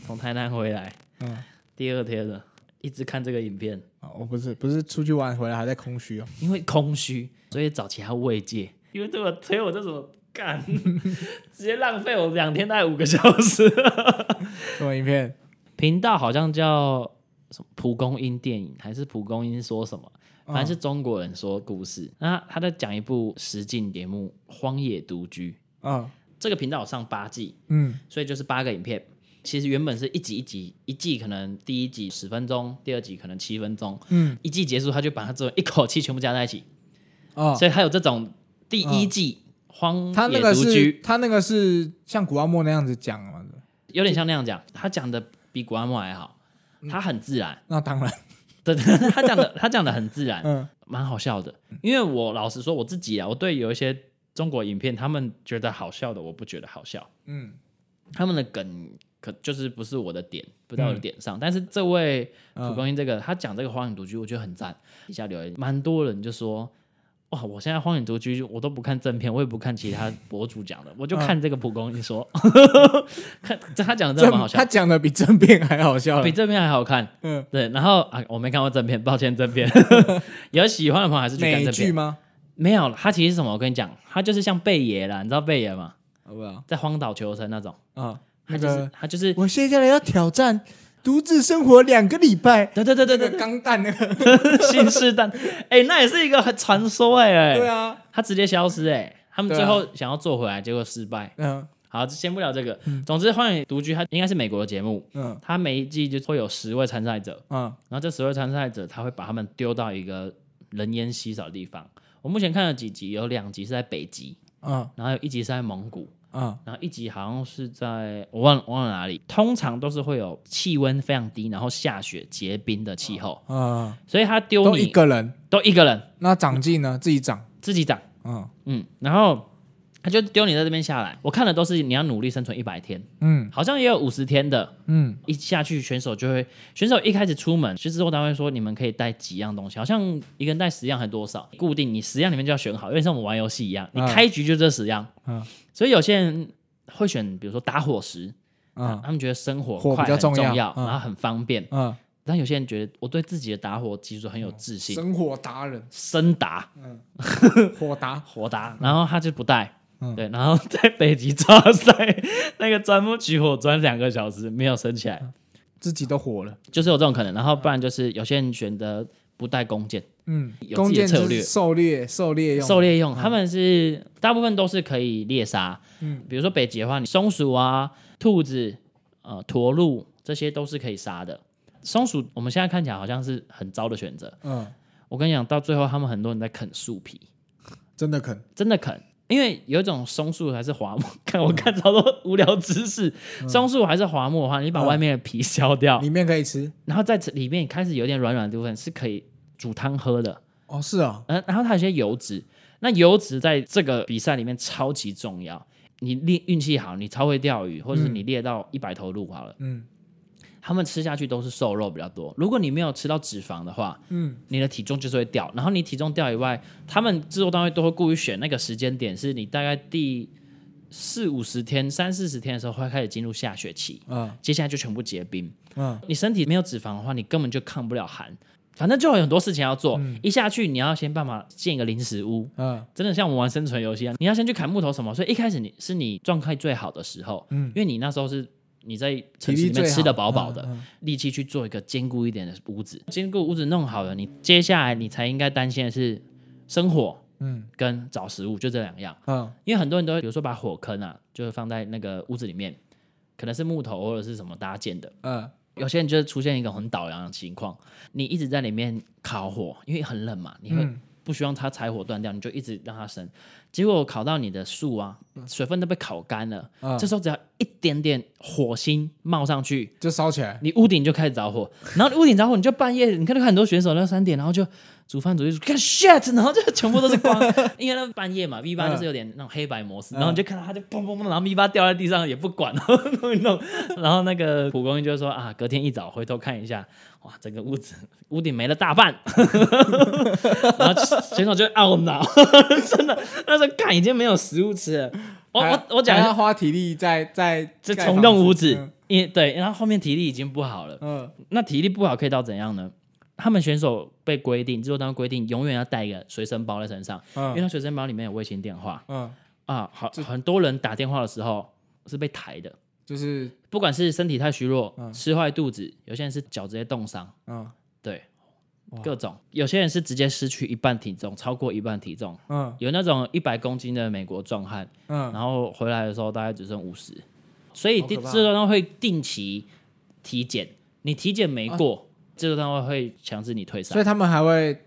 [SPEAKER 1] 从台南回来，
[SPEAKER 2] 嗯
[SPEAKER 1] 第二天了，一直看这个影片，
[SPEAKER 2] 啊我不是不是出去玩回来还在空虚哦，
[SPEAKER 1] 因为空虚，所以找其他慰藉。因为这个推我这种 <laughs> 干，直接浪费我两天大概五个小时。
[SPEAKER 2] 什么影片？
[SPEAKER 1] <laughs> 频道好像叫什么蒲公英电影，还是蒲公英说什么？反正是中国人说故事。那他在讲一部实境节目《荒野独居》，
[SPEAKER 2] 啊，
[SPEAKER 1] 这个频道有上八季，
[SPEAKER 2] 嗯
[SPEAKER 1] 所以就是八个影片。其实原本是一集一集，一季可能第一集十分钟，第二集可能七分钟，
[SPEAKER 2] 嗯
[SPEAKER 1] 一季结束他就把它做一口气全部加在一起，
[SPEAKER 2] 啊，
[SPEAKER 1] 所以他有这种第一季、
[SPEAKER 2] 嗯他
[SPEAKER 1] 荒
[SPEAKER 2] 那
[SPEAKER 1] 野
[SPEAKER 2] 个
[SPEAKER 1] 独
[SPEAKER 2] 是
[SPEAKER 1] 居，
[SPEAKER 2] 他那个是像古阿莫那样子讲嘛的，
[SPEAKER 1] 有点像那样讲，他讲的比古阿莫还好，
[SPEAKER 2] 嗯
[SPEAKER 1] 他很自然， <laughs>
[SPEAKER 2] 那当然，
[SPEAKER 1] 对，对他讲的他讲的很自然，
[SPEAKER 2] 嗯
[SPEAKER 1] 蛮好笑的。因为我老实说我自己啊，我对有一些中国影片他们觉得好笑的，我不觉得好笑，
[SPEAKER 2] 嗯
[SPEAKER 1] 他们的梗可就是不是我的点，不在我的点
[SPEAKER 2] 嗯
[SPEAKER 1] 上。但是这位蒲公英这个，他讲这个荒野独居，我觉得很赞。底下留言蛮多人就说。哇！我现在荒野独居，我都不看正片，我也不看其他博主讲的，我
[SPEAKER 2] 嗯
[SPEAKER 1] 就看这个蒲公英
[SPEAKER 2] <laughs>
[SPEAKER 1] 说，看他讲的真的蛮好笑
[SPEAKER 2] 正他，讲的比正片还
[SPEAKER 1] <laughs>
[SPEAKER 2] 好笑
[SPEAKER 1] 比
[SPEAKER 2] 了。
[SPEAKER 1] 正片还好看。
[SPEAKER 2] 嗯，
[SPEAKER 1] 对，然后啊，我没看过正片，抱歉正
[SPEAKER 2] <laughs>
[SPEAKER 1] 片。有喜欢的朋友还是去看
[SPEAKER 2] 美
[SPEAKER 1] 正
[SPEAKER 2] 剧
[SPEAKER 1] 片。
[SPEAKER 2] 吗？
[SPEAKER 1] 没有，它其实是什么？我跟你讲，它就是像贝爷啦，你知道贝爷吗？
[SPEAKER 2] 我不知道
[SPEAKER 1] 在荒岛求生那种，
[SPEAKER 2] 啊，
[SPEAKER 1] 它
[SPEAKER 2] 那
[SPEAKER 1] 就是、
[SPEAKER 2] 个
[SPEAKER 1] 它就是，
[SPEAKER 2] 我接下来要挑战独自生活两个礼拜。
[SPEAKER 1] 对对对对
[SPEAKER 2] 那
[SPEAKER 1] 对
[SPEAKER 2] 个
[SPEAKER 1] 对，
[SPEAKER 2] 钢蛋那个，
[SPEAKER 1] 信誓旦， <laughs> 哎、那也是一个很传说哎、哎
[SPEAKER 2] 对啊，
[SPEAKER 1] 它直接消失哎、他们
[SPEAKER 2] 对啊
[SPEAKER 1] 最后想要做回来，结果失败。
[SPEAKER 2] 嗯
[SPEAKER 1] 好，先不聊这个。嗯总之，《荒野独居》它应该是美国的节目，
[SPEAKER 2] 嗯
[SPEAKER 1] 它每一季就会有十位参赛者，
[SPEAKER 2] 嗯
[SPEAKER 1] 然后这十位参赛者，他会把他们丢到一个人烟稀少的地方。我目前看了几集，有两集是在北极，
[SPEAKER 2] 嗯
[SPEAKER 1] 然后有一集是在蒙古，
[SPEAKER 2] 嗯
[SPEAKER 1] 然后一集好像是在我忘忘了哪里。通常都是会有气温非常低，然后下雪结冰的气候，
[SPEAKER 2] 嗯，
[SPEAKER 1] 所以他丢
[SPEAKER 2] 都一
[SPEAKER 1] 你嗯
[SPEAKER 2] 个人，
[SPEAKER 1] 都一个人
[SPEAKER 2] 那长进呢？自己长，
[SPEAKER 1] 自己长，
[SPEAKER 2] 嗯
[SPEAKER 1] 嗯，然后他就丢你在这边下来。我看的都是你要努力生存一百天，
[SPEAKER 2] 嗯
[SPEAKER 1] 好像也有五十天的，
[SPEAKER 2] 嗯
[SPEAKER 1] 一下去，选手就会，选手一开始出门，其实制作单位说你们可以带几样东西，好像一个人带十样还多少，固定你十样里面就要选好，因为像我们玩游戏一样，你
[SPEAKER 2] 嗯
[SPEAKER 1] 开局就这十样，
[SPEAKER 2] 嗯
[SPEAKER 1] 所以有些人会选，比如说打火石，
[SPEAKER 2] 嗯
[SPEAKER 1] 他们觉得生火
[SPEAKER 2] 火
[SPEAKER 1] 快
[SPEAKER 2] 比较
[SPEAKER 1] 很重
[SPEAKER 2] 重要嗯
[SPEAKER 1] 然后很方便，
[SPEAKER 2] 嗯，
[SPEAKER 1] 但有些人觉得我对自己的打火技术很有自信，
[SPEAKER 2] 生活
[SPEAKER 1] <laughs>
[SPEAKER 2] 达人，
[SPEAKER 1] 生打
[SPEAKER 2] 火达，
[SPEAKER 1] 火打，然后他就不带。
[SPEAKER 2] 嗯
[SPEAKER 1] 对，然后在北极抓塞那个钻木取火钻两个小时没有升起
[SPEAKER 2] 嗯
[SPEAKER 1] 来，
[SPEAKER 2] 自己都火了，
[SPEAKER 1] 就是有这种可能。然后不然就是有些人选择不带弓箭，
[SPEAKER 2] 嗯，
[SPEAKER 1] 有
[SPEAKER 2] 弓
[SPEAKER 1] 自己的
[SPEAKER 2] 箭
[SPEAKER 1] 策
[SPEAKER 2] 就是
[SPEAKER 1] 略
[SPEAKER 2] 狩猎，狩猎用，
[SPEAKER 1] 狩猎用，他们是大部分都是可以猎杀。
[SPEAKER 2] 嗯，
[SPEAKER 1] 比如说北极的话，你松鼠啊、兔子、呃、驼鹿这些都是可以杀的。松鼠我们现在看起来好像是很糟的选择，
[SPEAKER 2] 嗯，
[SPEAKER 1] 我跟你讲，到最后他们很多人在啃树皮，
[SPEAKER 2] 真的啃，
[SPEAKER 1] 真的啃。因为有一种松树还是桦木，看我看超多无聊知识。松树还是桦木的话，你把
[SPEAKER 2] 嗯
[SPEAKER 1] 外面的皮削掉，
[SPEAKER 2] 里面可以吃，
[SPEAKER 1] 然后在这里面开始有点软软的部分是可以煮汤喝的，
[SPEAKER 2] 哦，是啊，
[SPEAKER 1] 嗯，然后它有些油脂，那油脂在这个比赛里面超级重要。你练运气好，你超会钓鱼，或者是你猎到一百头鹿好了，
[SPEAKER 2] 嗯
[SPEAKER 1] 他们吃下去都是瘦肉比较多。如果你没有吃到脂肪的话，
[SPEAKER 2] 嗯，
[SPEAKER 1] 你的体重就是会掉。然后你体重掉以外，他们制作单位都会故意选那个时间点，是你大概第四五十天、三四十天的时候会开始进入下雪期，
[SPEAKER 2] 嗯
[SPEAKER 1] 接下来就全部结冰。
[SPEAKER 2] 嗯
[SPEAKER 1] 你身体没有脂肪的话，你根本就抗不了寒。反正就有很多事情要做，一下去你要先办法建一个临时屋，
[SPEAKER 2] 嗯
[SPEAKER 1] 真的像我们玩生存游戏一样，啊你要先去砍木头什么，所以一开始你是你状态最好的时候，
[SPEAKER 2] 嗯
[SPEAKER 1] 因为你那时候是你在城
[SPEAKER 2] 体力
[SPEAKER 1] 市里面
[SPEAKER 2] 最
[SPEAKER 1] 吃的
[SPEAKER 2] 好
[SPEAKER 1] 饱饱的，
[SPEAKER 2] 嗯嗯
[SPEAKER 1] 力气去做一个坚固一点的屋子，坚固屋子弄好了，你接下来你才应该担心的是生火
[SPEAKER 2] 嗯
[SPEAKER 1] 跟找食物，就这两样。
[SPEAKER 2] 嗯
[SPEAKER 1] 因为很多人都会，比如说把火坑啊，就是放在那个屋子里面，可能是木头或者是什么搭建的，
[SPEAKER 2] 嗯
[SPEAKER 1] 有些人就会出现一个很倒洋的情况，你一直在里面烤火，因为很冷嘛，你会
[SPEAKER 2] 嗯
[SPEAKER 1] 不希望它柴火断掉，你就一直让它生。结果烤到你的树啊，水分都被烤干了，
[SPEAKER 2] 嗯
[SPEAKER 1] 这时候只要一点点火星冒上去，
[SPEAKER 2] 就烧起来，
[SPEAKER 1] 你屋顶就开始着火，然后你屋顶着火，你就半夜，你看到很多选手那三点，然后就煮饭煮一煮，看 shit，然后就全部都是光，因为那半夜嘛，V 八
[SPEAKER 2] 嗯
[SPEAKER 1] 就是有点那种黑白模式，
[SPEAKER 2] 嗯
[SPEAKER 1] 然后你就看到他就砰砰砰，然后 V 八掉在地上也不管，然后弄一弄， <laughs> 然后那个蒲公英就说啊，隔天一早回头看一下，哇，整个屋子屋顶没了大半， <laughs> 然后选手就懊恼， <laughs> 真的，那时候干已经没有食物吃了，我
[SPEAKER 2] 还
[SPEAKER 1] 我
[SPEAKER 2] 要
[SPEAKER 1] 我讲一
[SPEAKER 2] 还
[SPEAKER 1] 下
[SPEAKER 2] 要，花体力在在
[SPEAKER 1] 这
[SPEAKER 2] 盖
[SPEAKER 1] 重
[SPEAKER 2] 房
[SPEAKER 1] 弄
[SPEAKER 2] 子
[SPEAKER 1] 屋子
[SPEAKER 2] 嗯，
[SPEAKER 1] 因为对，然后后面体力已经不好了。
[SPEAKER 2] 嗯
[SPEAKER 1] 那体力不好可以到怎样呢？他们选手被规定，制作单位规定，永远要带一个随身包在身上，因为
[SPEAKER 2] 嗯
[SPEAKER 1] 他随身包里面有卫星电话
[SPEAKER 2] 嗯，
[SPEAKER 1] 啊。好，很多人打电话的时候是被抬的，
[SPEAKER 2] 就是
[SPEAKER 1] 不管是身体太虚弱、吃坏肚子，有些人是脚直接冻伤，
[SPEAKER 2] 嗯
[SPEAKER 1] 对，各种。有些人是直接失去一半体重，超过一半体重。
[SPEAKER 2] 嗯
[SPEAKER 1] 有那种一百公斤的美国壮汉，
[SPEAKER 2] 嗯
[SPEAKER 1] 然后回来的时候大概只剩五十，所以
[SPEAKER 2] 好可
[SPEAKER 1] 制
[SPEAKER 2] 怕
[SPEAKER 1] 作单位会定期体检，你体检没过，制作单位会强制你退
[SPEAKER 2] 啊所
[SPEAKER 1] 赛，
[SPEAKER 2] 以他们还会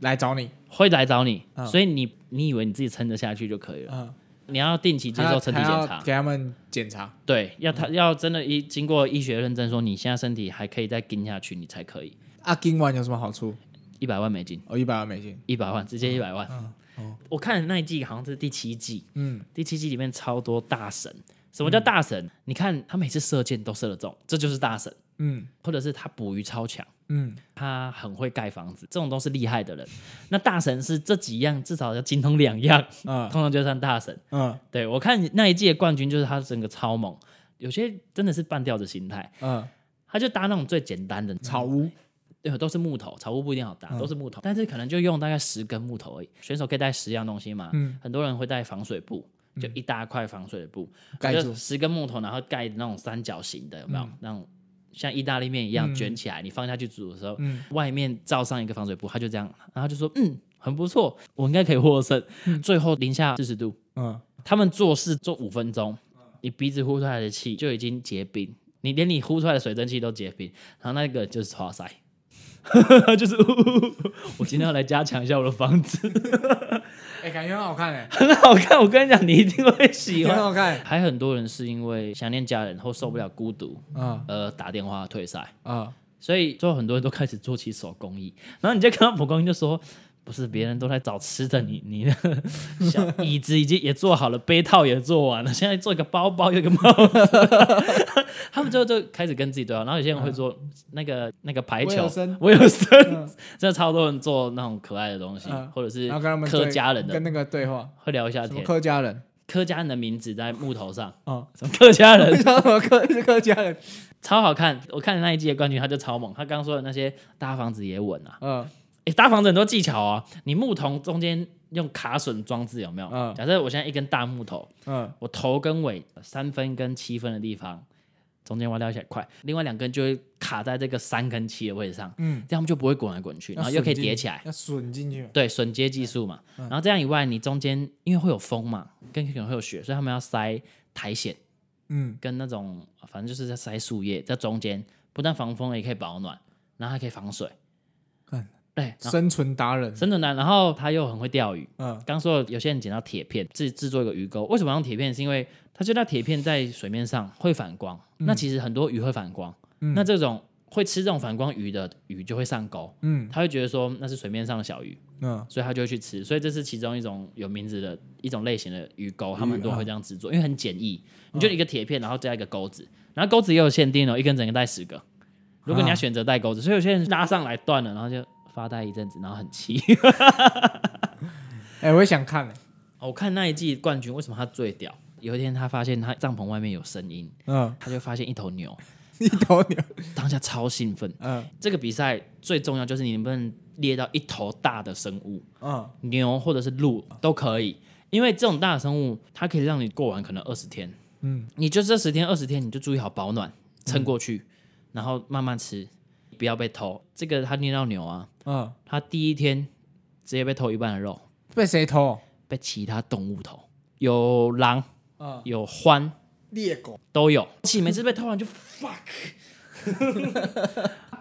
[SPEAKER 2] 来找你，
[SPEAKER 1] 会来找你，
[SPEAKER 2] 嗯
[SPEAKER 1] 所以你你以为你自己撑得下去就可以了，
[SPEAKER 2] 嗯，
[SPEAKER 1] 你要定期接
[SPEAKER 2] 还
[SPEAKER 1] 受
[SPEAKER 2] 要
[SPEAKER 1] 身体
[SPEAKER 2] 还
[SPEAKER 1] 检
[SPEAKER 2] 要嗯
[SPEAKER 1] 查，
[SPEAKER 2] 给他们检查，
[SPEAKER 1] 对，要他要真的医经过医学认证说你现在身体还可以再跟下去，你才可以
[SPEAKER 2] 啊，今晚有什么好处？
[SPEAKER 1] 一百万美金，
[SPEAKER 2] 哦，一百万美金，
[SPEAKER 1] 一百万直接一百万，
[SPEAKER 2] 嗯哦
[SPEAKER 1] 我看的那一季好像是第七季，
[SPEAKER 2] 嗯
[SPEAKER 1] 第七季里面超多大神，什么叫大神？你看他每次射箭都射得中，这就是大神，
[SPEAKER 2] 嗯
[SPEAKER 1] 或者是他捕鱼超强。
[SPEAKER 2] 嗯，
[SPEAKER 1] 他很会盖房子，这种都是厉害的人。那大神是这几样，至少要精通两样，
[SPEAKER 2] 啊
[SPEAKER 1] 通常就算大神。
[SPEAKER 2] 嗯
[SPEAKER 1] 对我看那一届冠军，就是他整个超猛，有些真的是半吊子心态，
[SPEAKER 2] 嗯，
[SPEAKER 1] 他就搭那种最简单的
[SPEAKER 2] 草，屋，嗯
[SPEAKER 1] 对，都是木头，草屋不一定好搭，都是木头，但是可能就用大概十根木头而已。选手可以带十样东西嘛，
[SPEAKER 2] 嗯
[SPEAKER 1] 很多人会带防水布。就一大块防水布，
[SPEAKER 2] 盖
[SPEAKER 1] 就
[SPEAKER 2] 住
[SPEAKER 1] 十根木头，然后盖那种三角形的，有没有？那种像意大利面一样
[SPEAKER 2] 嗯
[SPEAKER 1] 卷起来，你放下去煮的时候，
[SPEAKER 2] 嗯
[SPEAKER 1] 外面罩上一个防水布，他就这样，然后他就说，嗯，很不错，我应该可以获胜。最后零下四十度，
[SPEAKER 2] 嗯
[SPEAKER 1] 他们做事做五分钟，你鼻子呼出来的气就已经结冰，你连你呼出来的水蒸气都结冰，然后那个就是超塞， <laughs> 就是 <laughs> 呜呜呜我今天要来加强一下我的房子，
[SPEAKER 2] 哎，感觉很好看
[SPEAKER 1] <laughs>
[SPEAKER 2] 哎，
[SPEAKER 1] 很好看，我跟你讲，你一定会喜
[SPEAKER 2] 很
[SPEAKER 1] 欢。
[SPEAKER 2] 好看，
[SPEAKER 1] 还很多人是因为想念家人或受不了孤独，
[SPEAKER 2] 嗯
[SPEAKER 1] 呃，打电话退赛。
[SPEAKER 2] 嗯
[SPEAKER 1] 所以最后很多人都开始做起手工艺，然后你就看到蒲公英就说。不是别人都在找吃的你，你的 <laughs> 小椅子已经也做好了，杯套也做完了，现在做一个包包，有一个帽子。 <laughs> 他们最后就开始跟自己对话，然后有些人会做那个那个排
[SPEAKER 2] 威
[SPEAKER 1] 球
[SPEAKER 2] 尔森，
[SPEAKER 1] 威尔森，
[SPEAKER 2] 嗯
[SPEAKER 1] 真的超多人做那种可爱的东西，
[SPEAKER 2] 嗯
[SPEAKER 1] 或者是
[SPEAKER 2] 然后跟他们
[SPEAKER 1] 客
[SPEAKER 2] 对
[SPEAKER 1] 家人的嗯
[SPEAKER 2] 跟那个对话，
[SPEAKER 1] 会聊一下
[SPEAKER 2] 什么
[SPEAKER 1] 天，
[SPEAKER 2] 客家人
[SPEAKER 1] 客家人的名字在木头上， <laughs>
[SPEAKER 2] 啊，
[SPEAKER 1] 什么客家人
[SPEAKER 2] 什么客是客家人，
[SPEAKER 1] 超好看，我看那一季的冠军他就超猛，他刚刚说的那些搭房子也稳啊，
[SPEAKER 2] 嗯
[SPEAKER 1] 诶，搭房子很多技巧啊，你木头中间用卡榫装置有没有？
[SPEAKER 2] 嗯
[SPEAKER 1] 假设我现在一根大木头，
[SPEAKER 2] 嗯
[SPEAKER 1] 我头跟尾三分跟七分的地方，中间挖掉一小块，另外两根就会卡在这个三跟七的位置上，
[SPEAKER 2] 嗯，
[SPEAKER 1] 这样它们就不会滚来滚去，然后又可以叠起来。
[SPEAKER 2] 要损进去，
[SPEAKER 1] 对，榫接技术嘛，
[SPEAKER 2] 嗯
[SPEAKER 1] 然后这样以外，你中间因为会有风嘛，跟可能会有雪，所以他们要塞苔藓
[SPEAKER 2] 嗯
[SPEAKER 1] 跟那种，反正就是在塞树叶在中间，不但防风也可以保暖，然后还可以防水
[SPEAKER 2] 干。
[SPEAKER 1] 对，然后
[SPEAKER 2] 嗯生存达人，
[SPEAKER 1] 生存难，然后他又很会钓鱼，
[SPEAKER 2] 嗯
[SPEAKER 1] 刚说有些人捡到铁片，自己制作一个鱼钩。为什么用铁片？是因为它就那铁片在水面上会反光，那其实很多鱼会反光。
[SPEAKER 2] 嗯
[SPEAKER 1] 那这种会吃这种反光鱼的鱼就会上钩，
[SPEAKER 2] 嗯
[SPEAKER 1] 他会觉得说那是水面上的小鱼，
[SPEAKER 2] 嗯
[SPEAKER 1] 所以他就会去吃。所以这是其中一种有名字的一种类型的鱼钩，他们很多人会这样制作，因为很简易，你就一个铁片，然后加一个钩子，然后钩子也有限定哦，一根整个带十个。如果你要
[SPEAKER 2] 啊
[SPEAKER 1] 选择带钩子，所以有些人拉上来断了，然后就发呆一阵子，然后很气。
[SPEAKER 2] 哎，我也想看，哎
[SPEAKER 1] 哦我看那一季冠军为什么他最屌？有一天他发现他帐篷外面有声音，
[SPEAKER 2] 嗯，
[SPEAKER 1] 他就发现一头牛，
[SPEAKER 2] 一头
[SPEAKER 1] <laughs>
[SPEAKER 2] 牛，
[SPEAKER 1] 当下超兴奋。
[SPEAKER 2] 嗯
[SPEAKER 1] 这个比赛最重要就是你能不能猎到一头大的生物，
[SPEAKER 2] 嗯
[SPEAKER 1] 牛或者是鹿都可以，因为这种大的生物它可以让你过完可能二十天，
[SPEAKER 2] 嗯，
[SPEAKER 1] 你就这十天二十天你就注意好保暖，撑过去，然后慢慢吃，不要被偷。这个他猎到牛啊，
[SPEAKER 2] 嗯，
[SPEAKER 1] 他第一天直接被偷一半的肉，
[SPEAKER 2] 被谁偷？
[SPEAKER 1] 被其他动物偷，有狼，
[SPEAKER 2] 嗯
[SPEAKER 1] 有獾。
[SPEAKER 2] 猎狗，
[SPEAKER 1] 都有。起每次被偷完就 fuck。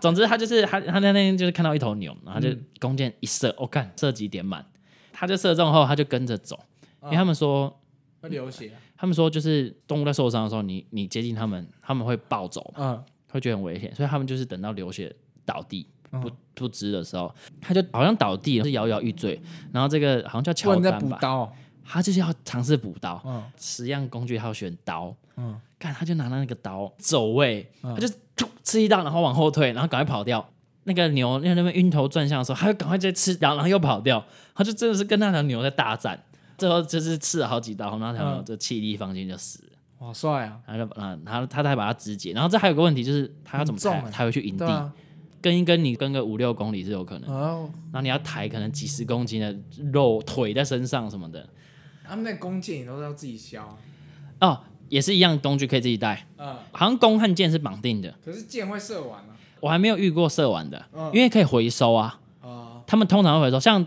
[SPEAKER 1] 总之，他就是他，他那天就是看到一头牛，然后就弓箭一射，我、看射击点满，他就射中后，他就跟着走，
[SPEAKER 2] 啊
[SPEAKER 1] 因为他们说，
[SPEAKER 2] 会流血，啊
[SPEAKER 1] 他们说就是动物在受伤的时候，你你接近他们，他们会暴走，
[SPEAKER 2] 嗯
[SPEAKER 1] 会觉得很危险，所以他们就是等到流血倒地
[SPEAKER 2] 嗯
[SPEAKER 1] 不不知的时候，他就好像倒地了，是摇摇欲坠，然后这个好像叫
[SPEAKER 2] 不
[SPEAKER 1] 乔
[SPEAKER 2] 然在
[SPEAKER 1] 丹
[SPEAKER 2] 补
[SPEAKER 1] 吧，
[SPEAKER 2] 刀，
[SPEAKER 1] 他就是要尝试补刀，
[SPEAKER 2] 嗯
[SPEAKER 1] 十样工具他要选刀，
[SPEAKER 2] 嗯
[SPEAKER 1] 看他就拿那个刀走位，他就突吃一刀，然后往后退，然后赶快跑掉。那个牛在那边晕头转向的时候，他就赶快再吃一刀，然后又跑掉。他就真的是跟那条牛在大战，最后就是吃了好几刀，然后那条牛
[SPEAKER 2] 嗯
[SPEAKER 1] 就气力放尽就死了。
[SPEAKER 2] 哇，帅啊，
[SPEAKER 1] 然后就啊，他他才把它肢解。然后这还有个问题就是，他要怎么
[SPEAKER 2] 很重
[SPEAKER 1] 抬？
[SPEAKER 2] 欸
[SPEAKER 1] 抬回去营
[SPEAKER 2] 对
[SPEAKER 1] 地，嗯
[SPEAKER 2] 啊，
[SPEAKER 1] 跟一跟你跟个五六公里是有可能。
[SPEAKER 2] 哦，
[SPEAKER 1] 然后你要抬可能几十公斤的肉腿在身上什么的
[SPEAKER 2] 他们那弓箭也都是要自己削啊，
[SPEAKER 1] 哦，也是一样工具可以自己带，
[SPEAKER 2] 嗯，
[SPEAKER 1] 好像弓和箭是绑定的。
[SPEAKER 2] 可是箭会射完啊，
[SPEAKER 1] 我还没有遇过射完的，
[SPEAKER 2] 嗯
[SPEAKER 1] 因为可以回收啊。
[SPEAKER 2] 哦，
[SPEAKER 1] 他们通常会回收，像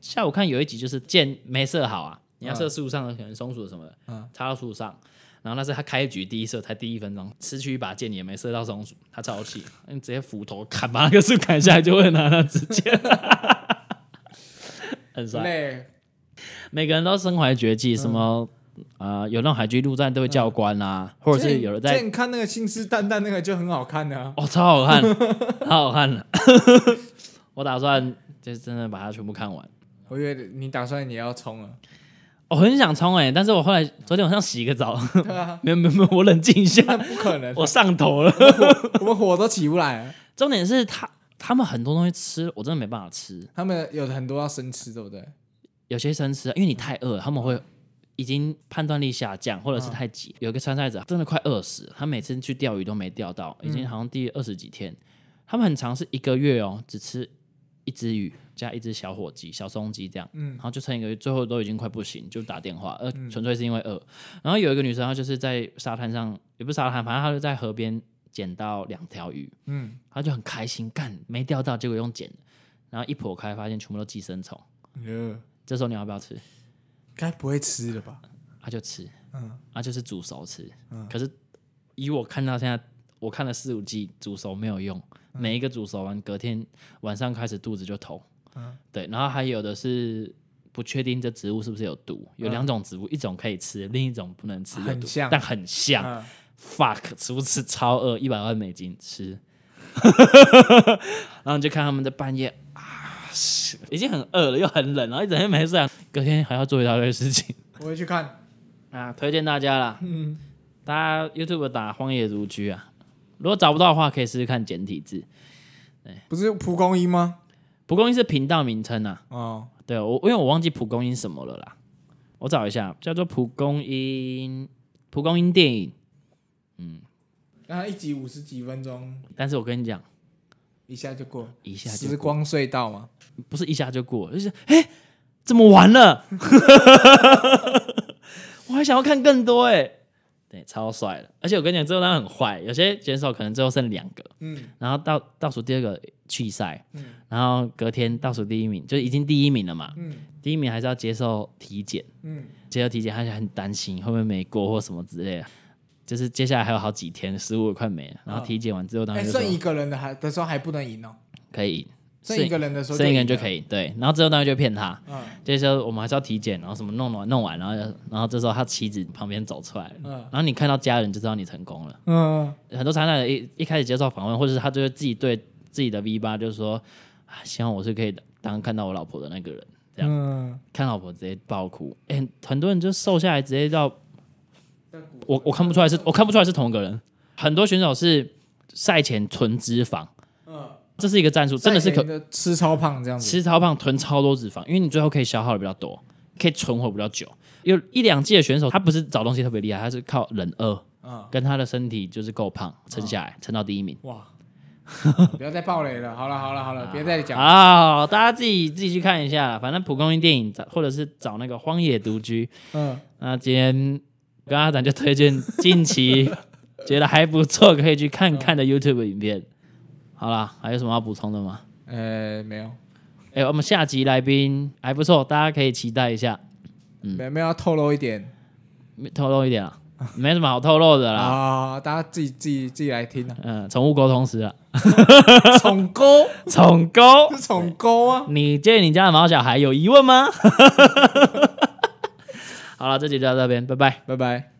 [SPEAKER 1] 下午看有一集就是箭没射好啊，你要射树上的，可能松鼠什么的，
[SPEAKER 2] 嗯
[SPEAKER 1] 插到树上。然后那是他开局第一射，才第一分钟，失去一把箭也没射到松鼠，他超气，你直接斧头砍把那个树砍下来，就会拿那支箭， <laughs> 很
[SPEAKER 2] 不
[SPEAKER 1] 帅。
[SPEAKER 2] 累，
[SPEAKER 1] 每个人都身怀绝技，什么
[SPEAKER 2] 嗯
[SPEAKER 1] 呃，有那种海军陆战队教官啊，或者是有人在
[SPEAKER 2] 箭看那个信誓旦旦那个就很好看的啊，
[SPEAKER 1] 哦，超好看， <laughs> 超好看的。 <laughs> 我打算就是真的把它全部看完。
[SPEAKER 2] 嗯 <laughs> 我以为你打算也要冲了，啊
[SPEAKER 1] 我很想冲哎、但是我后来昨天晚上洗个澡， <laughs> 没有没有没有，我冷静一下，
[SPEAKER 2] 不可能，
[SPEAKER 1] 我上头了。
[SPEAKER 2] <laughs> 我们火都起不来啊了。
[SPEAKER 1] 重点是他他们很多东西吃，我真的没办法吃，
[SPEAKER 2] 他们有很多要生吃，对不对？
[SPEAKER 1] 有些生吃，啊因为你太饿了，他们会已经判断力下降，或者是太急。有一个参赛者真的快饿死了，他每次去钓鱼都没钓到，已经好像第二十几天。他们很长是一个月哦，只吃一只鱼加一只小火鸡、小松鸡这样，
[SPEAKER 2] 嗯
[SPEAKER 1] 然后就撑一个月，最后都已经快不行，就打电话，呃，纯粹是因为饿。然后有一个女生，她就是在沙滩上，也不是沙滩，反正她就在河边捡到两条鱼，
[SPEAKER 2] 嗯，
[SPEAKER 1] 她就很开心，干没钓到，结果用捡的，然后一剖开发现全部都寄生虫。
[SPEAKER 2] 呃，
[SPEAKER 1] 这时候你要不要吃？
[SPEAKER 2] 该不会吃了吧？
[SPEAKER 1] 他就吃，
[SPEAKER 2] 嗯
[SPEAKER 1] 嗯，他就是煮熟吃，可是以我看到现在，我看了四五季煮熟没有用，每一个煮熟完，隔天晚上开始肚子就痛，
[SPEAKER 2] 嗯
[SPEAKER 1] 嗯，对，然后还有的是不确定这植物是不是有毒，有两种植物，一种可以吃，另一种不能吃，有毒
[SPEAKER 2] 嗯很像
[SPEAKER 1] 但很像、
[SPEAKER 2] 嗯
[SPEAKER 1] f u c k 吃不吃超饿，一百万美金吃， <laughs> 然后你就看他们在半夜。啊，是已经很饿了，又很冷，然后一整天没睡啊，隔天还要做一大堆事情。
[SPEAKER 2] 我会去看。
[SPEAKER 1] 啊，推荐大家啦，嗯，大家 YouTube 打《荒野如居》啊，如果找不到的话，可以试试看简体字。
[SPEAKER 2] 不是蒲公英吗？
[SPEAKER 1] 蒲公英是频道名称啊，
[SPEAKER 2] 哦，
[SPEAKER 1] 对我因为我忘记蒲公英什么了啦，我找一下，叫做蒲公英蒲公英电影。
[SPEAKER 2] 然后一集五十几分钟，
[SPEAKER 1] 但是我跟你讲，
[SPEAKER 2] 一下就过，
[SPEAKER 1] 一下就
[SPEAKER 2] 时光隧道嘛。
[SPEAKER 1] 不是一下就过，就是哎、诶怎么完了？ <laughs> 我还想要看更多哎、对，超帅的。而且我跟你讲，最后他很坏，有些选手可能最后剩两个，
[SPEAKER 2] 嗯，
[SPEAKER 1] 然后倒倒数第二个弃赛，然后隔天倒数第一名就已经第一名了嘛，
[SPEAKER 2] 嗯
[SPEAKER 1] 第一名还是要接受体检，
[SPEAKER 2] 嗯
[SPEAKER 1] 接受体检他就很担心会不会没过或什么之类的，就是接下来还有好几天，食物也快没了，然后体检完之后，当
[SPEAKER 2] 哎，
[SPEAKER 1] 时就
[SPEAKER 2] 剩一
[SPEAKER 1] 说
[SPEAKER 2] 个人的还的时候还不能赢哦，
[SPEAKER 1] 可以赢，
[SPEAKER 2] 剩一个人的时候，
[SPEAKER 1] 剩一个人就
[SPEAKER 2] 以。
[SPEAKER 1] 可以对，然后之后当时就骗他，
[SPEAKER 2] 嗯
[SPEAKER 1] 这时候我们还是要体检，然后什么弄完弄完，然后然后这时候他妻子旁边走出来了，
[SPEAKER 2] 嗯
[SPEAKER 1] 然后你看到家人就知道你成功了。
[SPEAKER 2] 嗯，
[SPEAKER 1] 很多参赛者一一开始接受访问，或者是他就是自己对自己的 V 八就是说，啊，希望我是可以当看到我老婆的那个人，这样、
[SPEAKER 2] 嗯，
[SPEAKER 1] 看老婆直接爆哭，哎、很很多人就瘦下来直接到，我我看不出来是我看不出来是同一个人，很多选手是赛前囤脂肪，
[SPEAKER 2] 嗯
[SPEAKER 1] 这是一个战术，真的是可
[SPEAKER 2] 赛前吃超胖这样子。
[SPEAKER 1] 吃超胖囤超多脂肪，因为你最后可以消耗的比较多，可以存活比较久。有一两季的选手，他不是找东西特别厉害，他是靠忍饿，
[SPEAKER 2] 嗯，
[SPEAKER 1] 跟他的身体就是够胖撑下来，撑到第一名。
[SPEAKER 2] 哇，不要再暴雷了。好了好了好了，别再
[SPEAKER 1] 啊
[SPEAKER 2] 讲了。
[SPEAKER 1] 好，大家自己自己去看一下，反正蒲公英电影找或者是找那个《荒野独居》。
[SPEAKER 2] 嗯，
[SPEAKER 1] 那今天跟阿展就推荐近期觉得还不错，可以去看看的 YouTube 影片。好啦，还有什么要补充的吗？
[SPEAKER 2] 呃，没有，
[SPEAKER 1] 哎、我们下集来宾还不错，大家可以期待一下。
[SPEAKER 2] 没没有要透露一点
[SPEAKER 1] 透露一点啊，没什么好透露的啦。
[SPEAKER 2] 啊，大家自己自己自己来听啊。
[SPEAKER 1] 嗯，宠物沟通师啊，
[SPEAKER 2] <laughs> 宠沟
[SPEAKER 1] 宠沟，
[SPEAKER 2] 是 <laughs> 宠沟啊，
[SPEAKER 1] 你对你家的毛小 <laughs> 孩有疑问吗？好了，这集就到这边，拜拜。
[SPEAKER 2] 拜拜。